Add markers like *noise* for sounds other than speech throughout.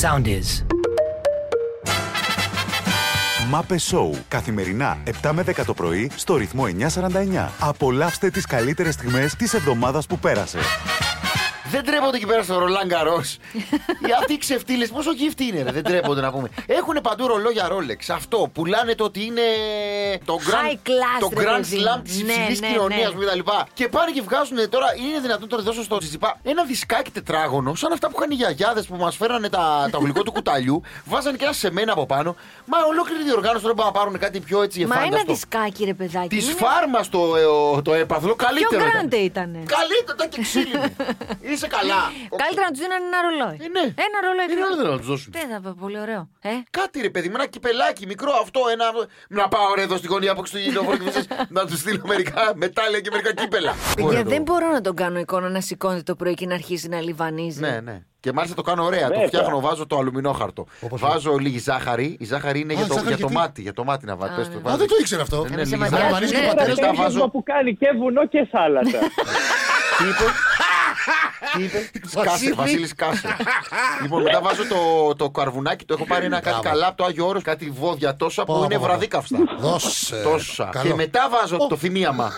sound is. Μάπε Σόου. Καθημερινά 7 με 10 το πρωί στο ρυθμό 949. Απολαύστε τις καλύτερες στιγμές της εβδομάδας που πέρασε. Δεν τρέπονται εκεί πέρα στο Ρολάν Καρός. Αυτοί οι ξεφτύλες, πόσο γύφτη είναι, ρε, δεν τρέπονται να πούμε. Έχουν παντού ρολόγια Rolex. Αυτό πουλάνε το ότι είναι το High class, το ρε grand παιδί slam μου. της Ναι, υψηλής ναι, κοινωνίας ναι. μου κτλ. Και πάνε και βγάζουν τώρα, είναι δυνατόν τώρα δώσω στο Τζιζιπά ένα δισκάκι τετράγωνο, σαν αυτά που είχαν οι γιαγιάδες που μας φέρανε τα, τα γλυκό του κουταλιού, βάζανε και ένα σεμένα από πάνω. Μα ολόκληρη διοργάνωση τώρα πάνε να πάρουν κάτι πιο έτσι Μα ένα εφάνταστο. δισκάκι ρε παιδάκι. Της είναι- φάρμας το, ε, ο- το έπαθλο καλύτερο. Πιο ήταν. grande ήτανε. Καλύτερο ήταν και *laughs* ξύλινη. Είσαι καλά. Καλύτερα να τους δίνουν ένα ρολόι. Ε, ναι. Ένα ρολόι. Ε, πιο- ναι, δεν θα τους δώσουν. Δεν θα πω, πολύ ωραίο. Ε, Κάτι ρε παιδί, με ένα κυπελάκι μικρό αυτό, ένα. Να πάω ρε εδώ στην γωνία από Χριστουγεννιόφορο και *laughs* μισές, να τους στείλω μερικά μετάλλια και μερικά κύπελα. Μπορεί παιδιά, να το- δεν μπορώ να τον κάνω εικόνα να σηκώνεται το πρωί και να αρχίζει να λιβανίζει. Ναι, ναι. Και μάλιστα το κάνω ωραία. Το Ναι, Βέβαια. φτιάχνω, βάζω το αλουμινόχαρτο. Βάζω λίγη ζάχαρη. Η ζάχαρη είναι Α, για το, ζάχαρη για το γιατί? μάτι. Για το μάτι να βάλει. Πες το, Α, βάζω. δεν το ήξερα αυτό. Ναι, ναι, λίγη σε μαντιάζει. ζάχαρη. Αλβανίζει και ναι, ο ρε, πατέρα Πατέρες Πατέρας τα παιδί του. βάζω. που κάνει και βουνό και θάλασσα. Τι είπε. Τι είπε. Κάσε, Βασίλη, κάσε. λοιπόν, μετά βάζω το, το καρβουνάκι. Το έχω πάρει ένα κάτι Μπράβο. καλά από το Άγιο Όρος, Κάτι βόδια τόσα που Πω, είναι πω, πω. βραδίκαυστα. Δώσε. Τόσα. Καλό. Και μετά βάζω το θυμίαμα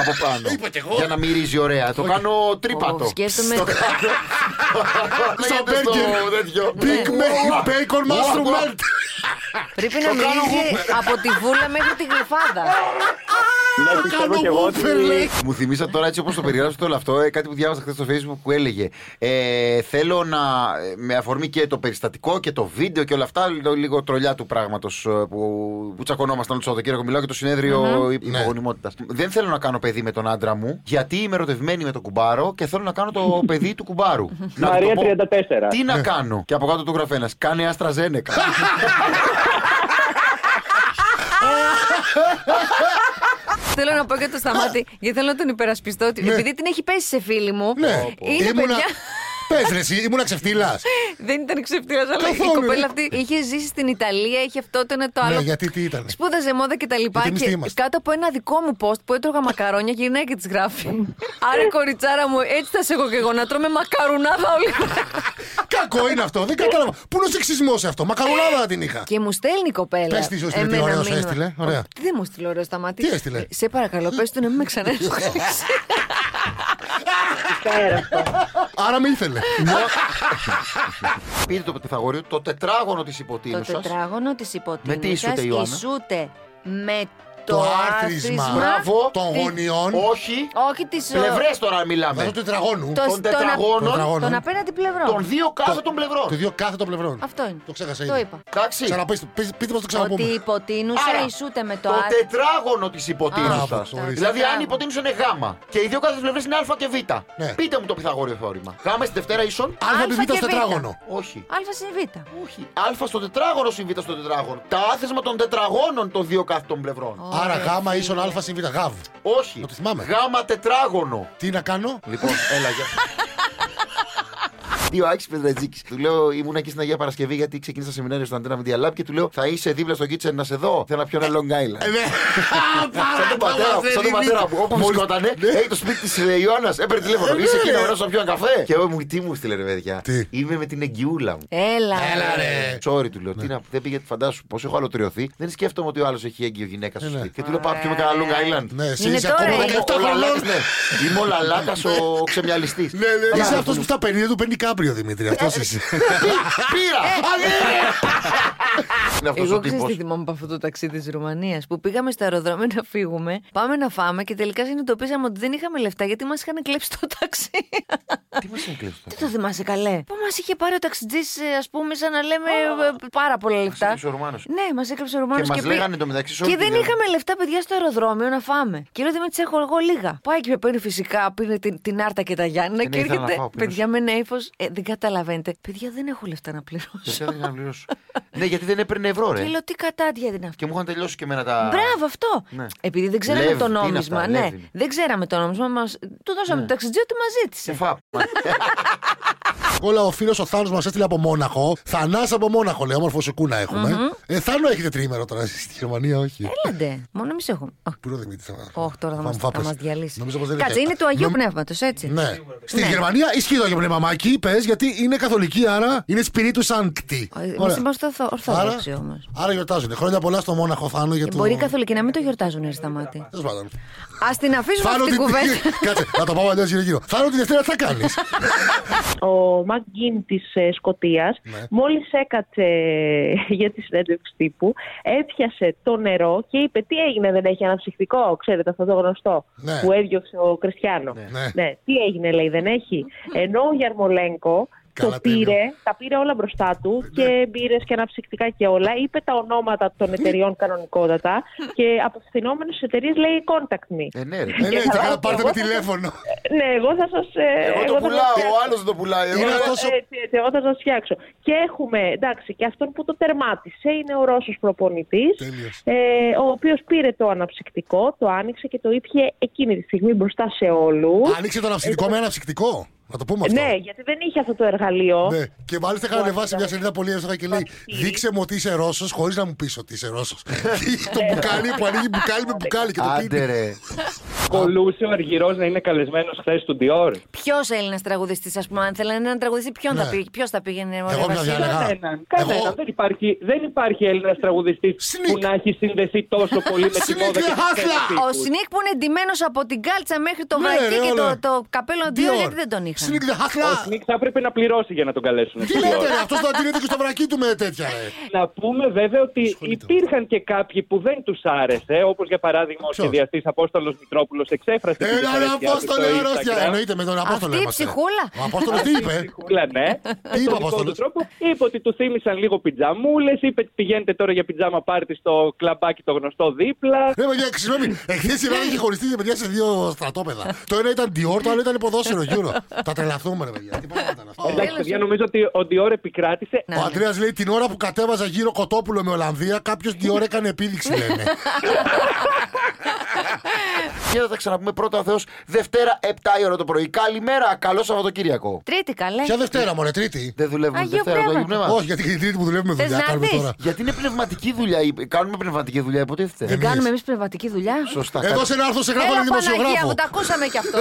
από πάνω. Είπα κι εγώ. Για να μυρίζει ωραία. Το κάνω Ω, τρίπατο. Σκέφτομαι. Στο μπέργκερ. τέτοιο. Ναι. Big Mac Wow. Bacon Mushroom Wow. Melt. Πρέπει να Το κάνω μυρίζει εγώ. από τη βούλα μέχρι τη γλυφάδα. Ε, Ναι, πιστεύω και εγώ ότι. Γουόφερ, λέει. Μου θυμίσα τώρα έτσι όπως το περιγράψατε όλο αυτό, ε, κάτι που διάβασα χθες στο Facebook που έλεγε ε, Θέλω να. ε, με αφορμή και το περιστατικό και το βίντεο και όλα αυτά, λίγο, λίγο τρολιά του πράγματος που, που τσακωνόμασταν όλο το Σαββατοκύριακο. Μιλάω για το συνέδριο Ναι. υπογονιμότητα. Δεν θέλω να κάνω παιδί με τον άντρα μου, γιατί είμαι ερωτευμένη με τον κουμπάρο και θέλω να κάνω το παιδί του κουμπάρου. Να του το Μαρία πω. 34. Τι να κάνω. Και από κάτω του γράφει ένας. Κάνε άστρα ζένεκα. Θέλω να πω για το σταμάτη, γιατί θέλω να τον υπερασπιστώ. ότι- Επειδή την έχει πέσει σε φίλη μου. Ναι. Είναι παιδιά. *laughs* Πες ρε εσύ, ήμουνα ξεφτύλας. Δεν ήταν ξεφτύλας, αλλά η Καθόλου, ρε. κοπέλα αυτή είχε ζήσει στην Ιταλία, είχε αυτό το ένα το άλλο. Ναι, γιατί τι ήταν. Σπούδαζε μόδα και τα λοιπά. Γιατί εμείς τι Και είμαστε. κάτω από ένα δικό μου post που έτρωγα μακαρόνια, γυρνάει και της γράφει. Άρα κοριτσάρα μου, έτσι θα σε έχω και εγώ να τρώμε μακαρουνάδα όλη *laughs* μέρα. Κακό είναι αυτό, δεν κατάλαβα. Πού είναι ο σεξισμός σε αυτό, μακαρονάδα την είχα. Και μου στέλνει η κοπέλα. Πες της, όχι, εμένα τι ωραίο μήνυμα. έστειλε, ωραία. Τι δεν μου στείλε ωραίο σταμάτη. Τι έστειλε? Σε παρακαλώ, πες του να μην με ξανά σχολείς. Άρα με ήθελε. Πείτε το πρωτοθαγόριο, το τετράγωνο της υποτίμου *laughs* Το σα. τετράγωνο της Με τι ισούται, υποτίμησας Ιωάννα? ισούται με το Το άρθρισμα Μπράβο. των της- γωνιών. Όχι. Όχι της ε, Πλευρές τώρα Αυτό μιλάμε. του τετραγώνου. το- Των τον α- τετραγώνων. τετραγώνων. Των απέναντι πλευρών. Των δύο κάθετων Το πλευρών. δύο κάθε των πλευρών. Αυτό είναι. Το ξέχασα Το ήδη. είπα. Εντάξει. Ξαναπείτε, πείτε μας Ότι το η ξαναπούμε. υποτείνουσα Άρα, ισούται με το Το άρθρο. τετράγωνο της Μπράβο, υποτίμουσα. ορίστε. Δηλαδή, αν η Τετράγωνο. υποτίμουσα είναι γάμα και οι δύο κάθε πλευρές είναι α και β. Ναι. Πείτε μου το πυθαγόριο θεώρημα. Γάμα στη Δευτέρα ίσον. Α, Α β, και στο β. τετράγωνο. Όχι. Α συν Β. Όχι. Α στο τετράγωνο συν β στο τετράγωνο. Τα άθεσμα των τετραγώνων των δύο κάθετων πλευρών. Άρα γάμα ίσον α συν β. Γαβ. Όχι. Το θυμάμαι. Γάμα τετράγωνο. Τι να κάνω. Λοιπόν, έλα για. Τι ο Άκη Πετρατζίκη. Του λέω, ήμουν εκεί στην Αγία Παρασκευή γιατί ξεκίνησα σεμινάριο στον Αντένα Media Lab και του λέω, Θα είσαι δίπλα στο κίτσεν να σε δω. Θέλω να πιω ένα Long Island. Ε, ναι. Σαν τον πατέρα, σαν τον πατέρα μου, όπου μου σκότανε, έχει το σπίτι της Ιωάννα. Έπαιρνε τηλέφωνο. Είσαι εκεί να βρω να πιω ένα καφέ. Και εγώ μου τι μου στείλε, ρε παιδιά. Τι? Είμαι με την εγγυούλα μου. Έλα. Έλα ρε. Sorry, του λέω. Τι να, δεν πήγε, φαντάσου πώ έχω αλωτριωθεί. Δεν σκέφτομαι ότι ο άλλος έχει έγκυο γυναίκα στο Ε, ναι. σπίτι. Και του λέω πάω να πιούμε κανένα Long Island. Ναι, εσύ Είναι είσαι τώρα, ακόμα ε. 17 Είμαι ο χρονών. Λαλάκας, ναι. Είμαι ο Λαλάκας ο ξεμιαλιστής. Ναι, ναι, ναι. Ε. Είσαι αυτός που στα 50 του παίρνει κάπριο, Δημήτρη. Αυτός είσαι. Πήρα! Ε. Είναι αυτός ο Εγώ ξέρεις τύπος. τι θυμάμαι από αυτό το ταξίδι της Ρουμανίας που πήγαμε στο αεροδρόμιο να φύγουμε, πάμε να φάμε και τελικά συνειδητοποίησαμε ότι δεν είχαμε λεφτά γιατί μας είχαν κλέψει το ταξί. *laughs* Τι μας έκλεισε Τι το θυμάσαι καλέ. Που μας είχε πάρει ο ταξιτζής, ας πούμε, σαν να λέμε ε, πάρα πολλά λεφτά. έκλεισε ο Ρουμάνος. Ναι, μας έκλεψε ο Ρουμάνο. Και μας λέγανε το μεταξύ σε όλη Και την δεν Ελλάδα. είχαμε λεφτά, παιδιά, στο αεροδρόμιο να φάμε. Και λέω ότι με τι έχω εγώ λίγα. Πάει και με παίρνει φυσικά, πίνει την, την Άρτα και τα Γιάννη Και και ναι, ήθελα να έρχεται. φάω, πίνω. παιδιά, με ένα ύφος. Ε, δεν καταλαβαίνετε. Παιδιά, δεν έχω λεφτά να Ε, πληρώσω. αυτό. Ναι, γιατί δεν έπαιρνε ευρώ, ρε. Και λέω τι κατάντια είναι αυτή. Και μου είχαν τελειώσει και εμένα τα. Μπράβο αυτό! Ναι. Επειδή δεν ξέραμε Λεύ, το τι είναι Ναι. νόμισμα. αυτά, ναι, λεύ. δεν ξέραμε το νόμισμα. Μας... Του δώσαμε το ταξιτζή ότι μας ζήτησε. Σε φαπ. Όλα ο φίλος ο Θάνος μας έστειλε από Μόναχο. Θανά από Μόναχο, λέει. Όμορφο σουκούνα έχουμε. Ε, Θάνο έχετε τρίμερο τώρα εσείς στη Γερμανία, όχι. Έλατε. Μόνο εμείς έχουμε. Αχ, Πού είναι ο Δημήτρης. Όχι, Ε, τώρα θα μα διαλύσει. Νομίζω πως δεν Κάτσε, είναι του Αγίου Νομ- Πνεύματος, έτσι. Ναι. Στη Ναι. Γερμανία ισχύει το Άγιο Πνεύμα, Μάκη, πες, γιατί είναι καθολική, άρα είναι σπιρίτου Σάνκτη. Ε, εμείς Ωραία. είμαστε ορθο- ορθόδοξοι όμως. άρα γιορτάζουν. Χρόνια πολλά στο Μόναχο Θάνο για το. Ε, Μπορεί οι καθολικοί να μην το γιορτάζουν, Έρη Σταμάτη. Τέλος πάντων. Ας την αφήσουμε Θάνο αυτή την την- κουβέντα. *laughs* *laughs* Κάτσε, να το πάω αλλιώς γύρω-γύρω. Θάνο τη Δευτέρα τι θα κάνεις. Ο Μακ Γκίν της Σκωτία, Ναι. μόλις έκατσε *laughs* για τη συνέντευξη τύπου, έπιασε το νερό και είπε: Τι έγινε, δεν έχει αναψυχτικό. Ξέρετε αυτό το γνωστό Ναι. που έδιωξε ο Κριστιανό. Ναι. Τι έγινε, λέει, δεν έχει. Ενώ ο Γιαρμολέγκο Καλά, Ναι. το τέλειο. πήρε, τα πήρε όλα μπροστά του και μπύρε και αναψυκτικά και όλα. Είπε τα ονόματα των εταιριών κανονικότατα και απευθυνόμενος στις εταιρείες λέει contact me. Ε, ναι, ρε. Ε, Ε, ναι, και καλά, καλά, πάρτε με εγώ θα- τηλέφωνο. Ναι, εγώ θα σας. Εγώ το πουλάω, ο άλλος δεν το πουλάει. Εγώ ε, Είναι δεν- αυτός ο- Ε, Έτσι, έτσι, εγώ θα σας φτιάξω. Και έχουμε, εντάξει, και αυτόν που το τερμάτισε είναι ο Ρώσος προπονητής. Τέλειος. Ε, ο οποίος πήρε το αναψυκτικό, το άνοιξε και το ήπια εκείνη τη στιγμή μπροστά σε όλους. Άνοιξε το αναψυκτικό με αναψυκτικό. Να το πούμε αυτό. Ναι, γιατί δεν είχε αυτό το εργαλείο. Ναι. Και μάλιστα είχα ανεβάσει μια σελίδα πολύ εύστοχα και λέει Δείξε μου ότι είσαι Ρώσος, χωρίς να μου πεις ότι είσαι Ρώσος. Ναι. *laughs* το μπουκάλι που ανοίγει μπουκάλι με μπουκάλι και το Άντε πίνει. ρε. Κολούσε ο Αργυρός να είναι καλεσμένος χθες του Dior. Ποιο Έλληνα τραγουδιστής, ας πούμε, αν θέλανε έναν τραγουδιστή, ποιον Ναι. θα πήγε, ποιος θα πήγαινε. ωραία, Εγώ μια Βασίλη. διάλεγα. Κανέναν. Εγώ- Κανέναν. Δεν υπάρχει, δεν υπάρχει Έλληνας τραγουδιστής Σνικ. που να έχει συνδεθεί τόσο πολύ με τη Σνικ, μόδα και ρε, τους χάθλα. στερεοτύπους. Ο Σνίκ που είναι ντυμένος από την κάλτσα μέχρι το Ναι, βρακί ρε, και όλα. το, το καπέλο δύο, Dior. γιατί δεν τον είχαν. Sneak the Ο Hustler. Σνικ θα έπρεπε να πληρώσει για να τον καλέσουν. Τι στο λέτε, Dior. ρε, αυτός θα αντιλέτε και στο βρακί του με τέτοια, ρε. Να πούμε βέβαια ότι Ασχολείται. υπήρχαν και κάποιοι που δεν τους άρεσε, όπως για παράδειγμα ο Ποιος? σχεδιαστής Απόστολος Μητρόπουλος εξέφρασε. τη Έλα, Ε, ρε, δυσαρέσκειά του Απόστολε, στο αρρώστια. Instagram. Εννοείται με τον Απόστολο. η είμαστε. ψυχούλα. Ο Απόστολος τι είπε. Κούλα, ναι. είπε Στον δικό Απόστολος? του τρόπο είπε ότι του θύμισαν λίγο πιτζαμούλες. Είπε ότι πηγαίνετε τώρα για πιτζάμα πάρτι στο κλαμπάκι το γνωστό δίπλα. Ρε, Ναι, παιδιά, ε, συγγνώμη, εχθές η Ελλάδα είχε χωριστεί παιδιά, σε δύο στρατόπεδα. το ένα ήταν Dior, το άλλο ήταν ποδόσφαιρο γύρω. Θα τρελαθούμε, ρε, παιδιά. Τι πράγματα είναι αυτά. Εντάξει, παιδιά, νομίζω ότι ο Ντιόρ επικράτησε. Να, Ο ναι. Αντρέα λέει την ώρα που κατέβαζα γύρω Κοτόπουλο με Ολλανδία, κάποιος Dior έκανε επίδειξη, λένε. Και θα τα ξαναπούμε πρώτα ο Θεός Δευτέρα 7 η ώρα το πρωί. Καλημέρα, καλό Σαββατοκύριακο. Τρίτη καλέ. Ποια Δευτέρα, μωρέ, Τρίτη. Δεν δουλεύουμε Αγίου Δευτέρα το Αγίου Πνεύματος. Πνεύμα. Όχι, γιατί και την Τρίτη που δουλεύουμε Θες δουλειά να κάνουμε δεις. τώρα. Γιατί είναι πνευματική δουλειά. η- Κάνουμε πνευματική δουλειά, υποτίθεται. Ε, Δεν κάνουμε εμείς πνευματική δουλειά. Σωστά. Εδώ σε ένα άρθρο σε γράφανε Έλα Παναγία δημοσιογράφο. μου, τα ακούσαμε κι αυτό.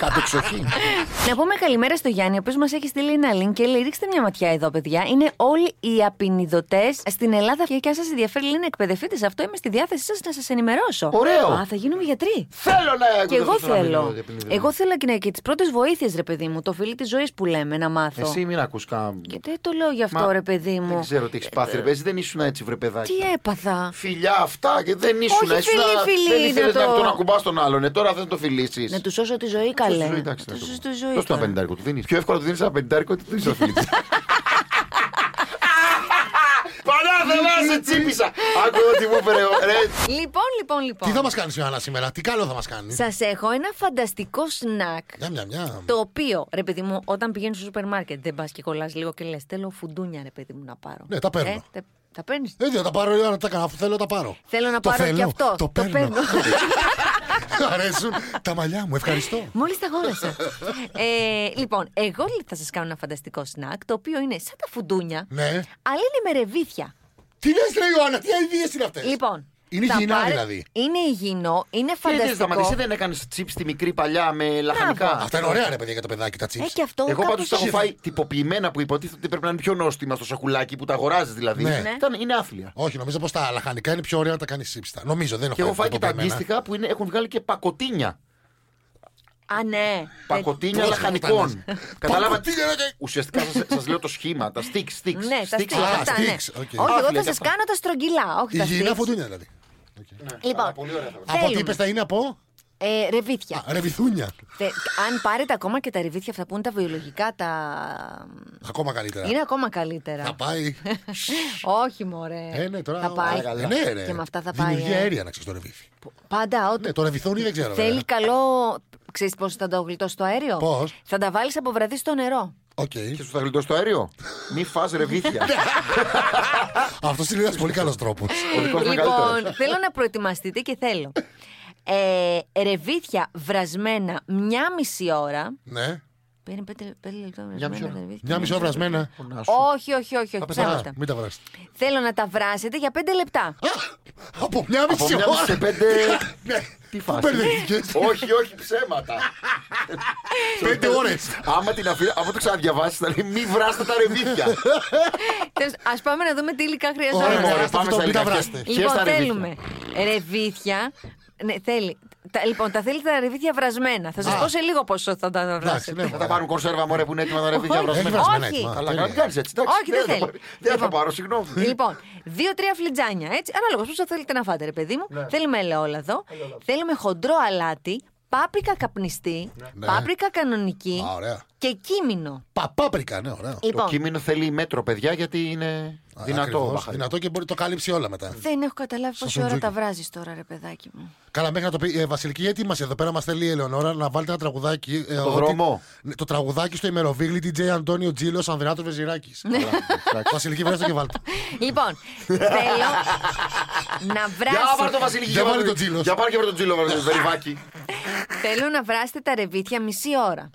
Κατεξοχή. *laughs* Να πούμε καλημέρα στο Γιάννη, ο οποίος μας έχει στείλει ένα link και λέει: Ρίξτε μια ματιά εδώ, παιδιά. Είναι όλοι οι απεινιδωτές στην Ελλάδα. Και αν σας ενδιαφέρει, λέει να εκπαιδευτείτε σε αυτό, είμαι στη διάθεσή σας να σας ενημερώσω. Ωραίο. Α, θα γίνουμε γιατροί. Θέλω να Και εγώ θέλω. Εγώ Εγώ θέλω και, να- και τις πρώτες βοήθειες, ρε παιδί μου, το φίλι της ζωής που λέμε να μάθω. Εσύ μην ακούς καν. Και δεν το λέω γι' αυτό, Μα ρε παιδί μου. Ε, Δεν ξέρω τι έχεις πάθει. ρε παιδί, Εσύ δεν ήσουν έτσι, βρε παιδάκι. Τι έπαθα. Φιλιά αυτά και δεν ήσουν. Όχι, ήσουν- φιλί, φιλί Δεν είναι ήθελες να το- τον ακουμπάς τον άλλον. Ε, τώρα δεν το φιλήσεις. Να του σώσω τη ζωή, καλέ. ζωή, Να εντάξει, του να το σώσω τη πούμε. Δώσ' ζωή. του ένα τώρα. πενηντάρικο, του δίνεις. Πιο εύκολα του δίνεις ένα πενηντάρικο ότι του δίνεις ένα *laughs* φιλί. Πανάθελα, σε τσίπησα! Άκου εδώ τι μου έφερε ο- ρε. Λοιπόν, λοιπόν, Τι θα λοιπόν. μας κάνεις Ιωάννα σήμερα, τι καλό θα μας κάνεις. Σας έχω ένα φανταστικό σνακ. Μια, μια, μια. Το οποίο, ρε παιδί μου, όταν πηγαίνεις στο σούπερ μάρκετ, δεν πας και κολλάς λίγο και λες: Θέλω φουντούνια, ρε παιδί μου, να πάρω. Ναι, τα παίρνω. Ε, τα τα παίρνεις. Δεν θα Ε, τα πάρω, Ιωάννα, τα κάνω. Αφού θέλω, τα πάρω. Θέλω να Το πάρω και θέλω, αυτό. Το παίρνω. *laughs* Αρέσουν τα μαλλιά μου, ευχαριστώ. Μόλις τα *laughs* αγόρασα. ε, λοιπόν, εγώ θα σας κάνω ένα φανταστικό σνακ, το οποίο είναι σαν τα φουντούνια, Ναι. αλλά είναι με ρεβίθια. Τι λες, λέει Ιωάννα, τι αειδίε είναι αυτές. Λοιπόν. Ε, Είναι θα υγιεινά, δηλαδή. Είναι υγιεινό, είναι Δεν φανταστικό. Ε, σταματήσει, δεν έκανες τσίπ τη μικρή παλιά με λαχανικά. Αυτά είναι ωραία, ρε παιδιά, για το παιδάκι, τα τσίπ. Ε, και αυτό Εγώ πάντως κάπως- τα έχω φάει τυποποιημένα που υποτίθεται ότι πρέπει να είναι πιο νόστιμα στο σακουλάκι που τα αγοράζεις δηλαδή. Ναι. Ναι. Ήταν, είναι άθλια. Όχι, νομίζω πως τα λαχανικά είναι πιο ωραία να τα κάνεις σύψτα. Νομίζω, δεν έχω Και έχω φάει και τα τυποποιημένα. αντίστοιχα που είναι, έχουν βγάλει και πακοτίνια. Α, ναι. Πακοτίνια Πώς λαχανικών. φοβάμαι. Καταλάβατε. Πακοτίνια, ρε. Ουσιαστικά σας λέω το σχήμα, τα stick, stick. Ναι, τα stick, στίξα. α, αυτά, ναι. sticks, οκ. Όχι, εγώ Άθλια και θα σα αυτά. κάνω τα στρογγυλά. Όχι τα Υγιεινά sticks. φωτούνια δηλαδή. Λοιπόν, Από τι θέλουμε, είπες θα είναι από. ε, ρεβίθια. Α, ρεβιθούνια. Τε- αν πάρετε ακόμα και τα ρεβίθια αυτά που είναι τα βιολογικά, τα. Ακόμα καλύτερα. Είναι ακόμα καλύτερα. Θα *laughs* πάει. Όχι, μωρέ. Ε, ναι, τώρα. Θα πάει. Ε, καλά. Ναι, ρε. Και με αυτά θα πάει. Δημιουργεί ε. αέρια να ξέρεις το ρεβίθι. Πάντα ό,τι. Ναι, το ρεβιθούνι δεν ξέρω. Θέλει βέβαια. καλό. Ξέρεις πώ θα το γλιτώσει το αέριο. Πώς? Θα τα βάλεις από βραδύ στο νερό. Οκ. Και σου θα γλιτώσει το αέριο. Μη φας ρεβίθια. Ναι. Αυτός είναι ένας πολύ καλός τρόπος. *laughs* Ο δικός μου είναι Λοιπόν, καλύτερος. θέλω να προετοιμαστείτε και θέλω. Ε, ρεβίθια βρασμένα μια μισή ώρα. Ναι. Πήρε πέντε, πέντε λεπτά. Μια μισή ώρα. βρασμένα, δεν Μια μισή ώρα βρασμένα. Φωνά σου. Όχι, όχι, όχι, όχι Α, Α, ψέματα. μην τα βράσετε. Θέλω να τα βράσετε για πέντε *laughs* λεπτά. Από μια Από μισή μια μισή σε ώρα. πέντε. *laughs* Τι Πού φάση. μπερδευτήκες. Όχι, όχι, ψέματα. Πέντε ώρες. Άμα, την αφή... άμα το ξαναδιαβάσεις, θα λέει μη βράστε τα ρεβίθια. Ας πάμε να δούμε τι υλικά Ωραία, χρειαζόμαστε. ωραία. Ωραία, αυτό πάμε το στα μην τα λίγα. βράστε. Λοιπόν, θέλουμε ρεβίθια. Ναι, θέλει. Τα, λοιπόν, τα θέλει τα ρεβίθια βρασμένα. Θα σας πω σε λίγο πόσο θα τα Εντάξει, βράσετε. ναι. Θα τα πάρουν κονσέρβα μωρέ που είναι έτοιμα τα ρεβίθια. Όχι. Έχει βρασμένα. βρασμένα Όχι. έτοιμα. Αλλά Τέλεια. κάνει έτσι, εντάξει. Όχι, δεν θα θέλει. πάρει. Δεν θα Λοιπόν. πάρω, συγγνώμη. Λοιπόν, δύο-τρία φλιτζάνια, έτσι. Ανάλογα πώ θέλετε να φάτε, ρε παιδί μου. Ναι. Θέλουμε ελαιόλαδο. Θέλουμε χοντρό αλάτι. Πάπρικα καπνιστή. Ναι. Πάπρικα κανονική. Α, ωραία. Και κίμινο. Παπάπρικα, ναι, ωραία. Το Λοιπόν, κείμενο θέλει μέτρο, παιδιά, γιατί είναι Ε, δυνατό. Ακριβώς. μπαχαρικό. Δυνατό και μπορεί να το κάλυψει όλα μετά. δεν έχω καταλάβει πόση ώρα σουντζούκι. τα βράζεις τώρα, ρε παιδάκι μου. Καλά, μέχρι να το πει. Ε, Βασιλική, γιατί είμαστε εδώ πέρα, μας θέλει η Ελεονόρα να βάλετε ένα τραγουδάκι. ε, ότι- δρόμο. Ναι, Το τραγουδάκι στο ημεροβίγλι DJ Αντώνιο Τζίλος Ανδρεάτος Βεζιράκης. Βασιλική, βρέστε και βάλτε. Λοιπόν, θέλω να Για πάρ' το βράσω. Βασιλική. Για και βάλε πάρ' το- τον Τζίλος. Για πάρ' και πάρ' τον Τζίλο, βάλε το Ζεριβάκι. Θέλω να βράσετε τα ρεβίτια μισή ώρα.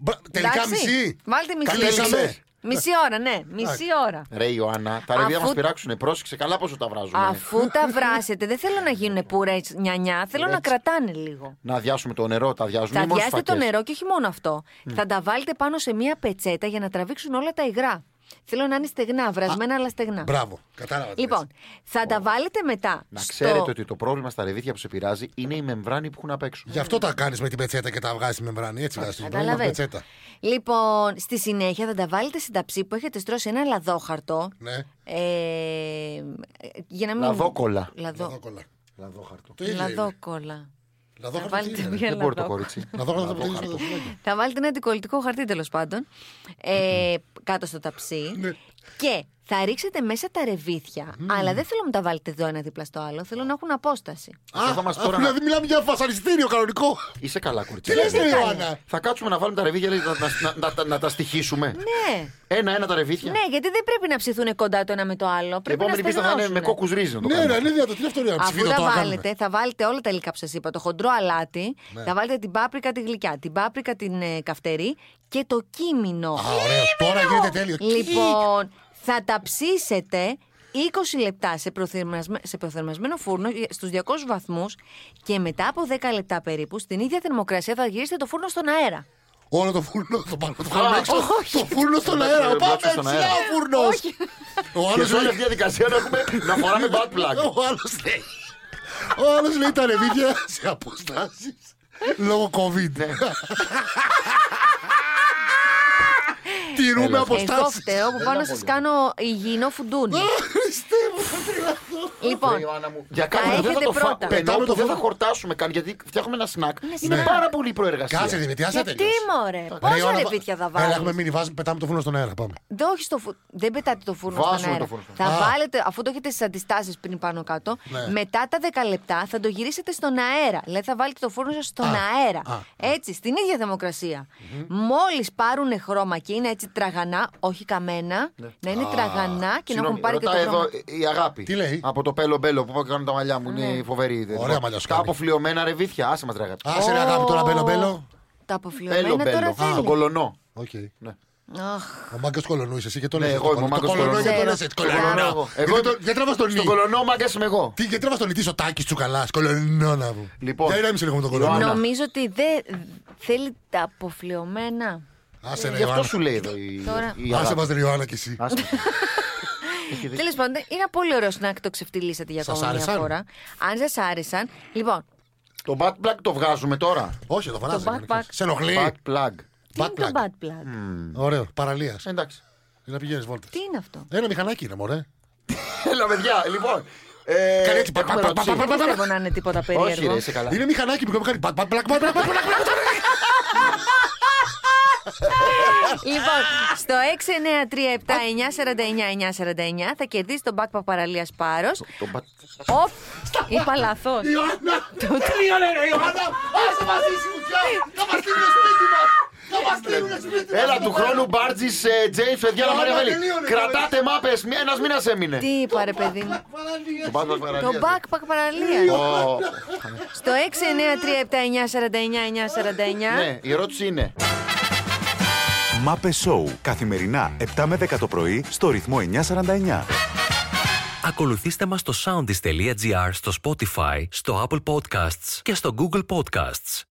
Μπρα- Τελικά Εντάξει. μισή. Βάλτε μισή. Καλέσαμε. Μισή ώρα, ναι, μισή ώρα. *laughs* Ρε Ιωάννα, τα ρεβιά Αφού- μας πειράξουνε. Πρόσεξε καλά πόσο τα βράζουμε. Αφού τα βράσετε, δεν θέλω να γίνουν πουρέ νιανιά, θέλω να κρατάνε λίγο. Να αδειάσουμε το νερό, τα αδειάζουμε. Θα ή μόνος διάσετε το σφακές? νερό και όχι μόνο αυτό. Θα τα βάλετε πάνω σε μία πετσέτα για να τραβήξουν όλα τα υγρά. Θέλω να είναι στεγνά, βρασμένα αλλά στεγνά. Μπράβο, κατάλαβα. τι Λοιπόν, θα τα βάλετε μετά. Να στο- ξέρετε ότι το πρόβλημα στα ρεβίθια που σε πειράζει είναι η μεμβράνη που έχουν απ' έξω. Γι' αυτό τα κάνεις με την πετσέτα και τα βγάζεις με μεμβράνη. Έτσι βγάζεις την με Καταλαβες. πετσέτα. Λοιπόν, στη συνέχεια θα τα βάλετε στην ταψί που έχετε στρώσει ένα λαδόχαρτο. Ναι, Ε, για να μην... Λαδόκολλα. Λαδό... λαδόκολλα. Λαδόχαρτο. Το ίδιο είναι. Λαδόκολλα. Θα Λαδόκολλα. βάλετε τι είναι, ρε. μία Δεν μπορεί το λαδόκολλα. κορίτσι. Λαδόκολλα θα αποτελεί το χαρτί. Θα βάλετε ένα αντικολλητικό χαρτί τέλος πάντων ε, κάτω στο ταψί Ναι. και θα ρίξετε μέσα τα ρεβίθια. Αλλά δεν θέλω να τα βάλετε εδώ ένα δίπλα στο άλλο. Θέλω να έχουν απόσταση. Αυτό θα μας τώρα να- Α, δηλαδή μιλάμε για βασανιστήριο κανονικό. Είσαι καλά, κορίτσι. Τι λες, Δεν- Ιωάννα. Θα κάτσουμε να βάλουμε τα ρεβίθια λέει, να, να- να- να- να τα στοιχίσουμε. Ναι. Ένα-ένα τα ρεβίθια. Ναι, γιατί δεν πρέπει να ψηθούν κοντά το ένα με το άλλο. Η Πρέπει επόμενη να πίστα θα είναι στεγνώσουνε. με κόκκους ρύζι να το Ναι, κάνουμε. ρε, είναι δυνατό. Τι είναι αυτό, ρε, να Αφού ψηφίδω, τα το να κάνουμε. βάλετε, θα βάλετε όλα τα υλικά που σας είπα. Το χοντρό αλάτι, Ναι. θα βάλετε την πάπρικα τη γλυκιά, την πάπρικα την ε, καυτερή και το κίμινο. Α, ωραίο. Τώρα γίνεται τέλειο. Λοιπόν, θα τα ψήσετε 20 λεπτά σε, προθερμασμε- σε προθερμασμένο φούρνο ε, στους 200 βαθμούς και μετά από 10 λεπτά περίπου στην ίδια θερμοκρασία θα γυρίσετε το φούρνο στον αέρα. Όλο το φούρνο το πάμε, το κάνουμε έξω. όχι. Το φούρνο στον Το αέρα. Πάμε μπλάτσο ψηλά στον αέρα. ο φούρνος. Ο Και άλλο σε όλη αυτή λέει. τη διαδικασία να, έχουμε, να φοράμε bad plug. Ο άλλος λέει. Ο άλλος λέει τα ρεβίδια σε αποστάσεις. Λόγω COVID. *laughs* Τηρούμε Εγώ αποστάσει. φταίω που Ε, πάω να σας κάνω υγιεινό φουντούνι. Λοιπόν, Ιωάννα μου, Για τα κάπου δεν θα έχετε το φάμε. πρώτα. Πετάμε το δεν θα φούρνο. χορτάσουμε καν γιατί φτιάχνουμε ένα σνακ. Είναι σνακ. πάρα πολύ προεργασία. Κάτσε Δημητρία, άσε Ε, γιατί τελειώσει. μωρέ, Ρε, πόσα Ιωάννα, ρεβίτια θα Έλα, έχουμε βάλεις. μείνει, βάζουμε, πετάμε το φούρνο στον αέρα. Πάμε. Δεν, όχι στο φου- δεν πετάτε το φούρνο στον Βάζουμε αέρα. το φούρνο στον θα βάλετε, αφού το έχετε στις αντιστάσεις πριν πάνω κάτω, Ναι. μετά τα 10 λεπτά θα το γυρίσετε στον αέρα. Δηλαδή θα βάλετε το φούρνο σας στον αέρα. α, α. έτσι, στην ίδια θερμοκρασία. Μόλι πάρουν χρώμα και είναι έτσι τραγανά, όχι καμένα, να είναι τραγανά και να Ναι. Συγγνώμη, έχουν πάρει και το ρωτάει χρώμα. Ναι. εδώ ε, η αγάπη. Τι λέει? Από το πέλο μπέλο που πάω και κάνω τα μαλλιά μου. Είναι φοβερή. δεν Ωραία μπορώ. μαλλιά σου Τα κάνει. αποφλειωμένα ρεβίθια. Άσε μας αγάπη. Άσε ρε αγάπη τώρα, μπέλο μπέλο. Πέλο Τα αποφλειωμένα τώρα μπέλο. Τον θέλει. κολονό. Οκ. Αχ, Ο μάγκας κολονού είσαι, εσύ και το Ναι, λες. εγώ είμαι ο μάγκας Το κολονό κολονού. και το Ξέρω. λες έτσι. Κολονό Κολονό. εγώ. Γιατί Εγώ- το- Γιατί τραβάς τον Στον νι. κολονό μάγκας είμαι εγώ. Τι, γιατί τραβάς τον νι, τι είσαι ο Τάκης Τσουκαλάς, κολονό να μου. Λοιπόν. Για ηρέμησε λίγο με τον κολονό. Ιωάννα. νομίζω ότι δεν θέλει τα αποφλειωμένα. Άσε ρε Γι' αυτό Ιωάννα. σου λέει εδώ η, Τώρα. η Άσε αγάπη. μας ρε Ιωάννα κι εσύ. Άσε μας. Έχει δίκιο. Τέλος πάντων, είναι ένα πολύ ωραίο σνακ το ξεφτυλίσατε για Σας ακόμα μια άρεσαν? φορά. Αν σας άρεσαν. Λοιπόν, Το bad plug το βγάζουμε τώρα. Όχι, το φωνάζει. Το κανονικά. backpack. Σε ενοχλεί. Bad plug. τι είναι το Backpack. bad plug. Mm. Ωραίο, παραλίας. Εντάξει. Για να πηγαίνεις βόλτες. Τι είναι αυτό. Ένα μηχανάκι είναι, μωρέ. Έλα, παιδιά, λοιπόν. Ε, Κάνει έτσι, πα, έχουμε πα, πα, ερώτηση. πα, πα, Δεν πιστεύω να είναι τίποτα Όχι, ρε, περίεργο. είσαι καλά. Είναι μηχανάκι μικρό που κάνει. μπακ, μπακ, μπλακ, μπλακ, μπλακ, μπλακ, μπλακ. λοιπόν, στο 693-7-949-949 θα κερδίσεις τον backpack παραλία Πάρος. Το bad- Οφ! Είπα λαθό. Ιωάννα! Τελείωνε ρε Ιωάννα! Άσε μαζί σου πια! Θα μας στείλουνε σπίτι μας! Θα μας στείλουνε σπίτι μας! Έλα του χρόνου ε, Μπάρτζη Τζέιμ, παιδιά, να Καλά, Μαρία Βέλη. τελείωνε, Κρατάτε μάπες, ένας μήνας έμεινε. Τι είπα, ρε παιδί μου. Το Bad Plug Το Παραλίας. backpack παραλία. Ω, Στο 693-7-949-949 Ναι, η ερώτηση είναι. Μάπε Σόου. Καθημερινά 7 με 10 το πρωί στο ρυθμό 949. Ακολουθήστε μας στο soundis.gr, στο Spotify, στο Apple Podcasts και στο Google Podcasts.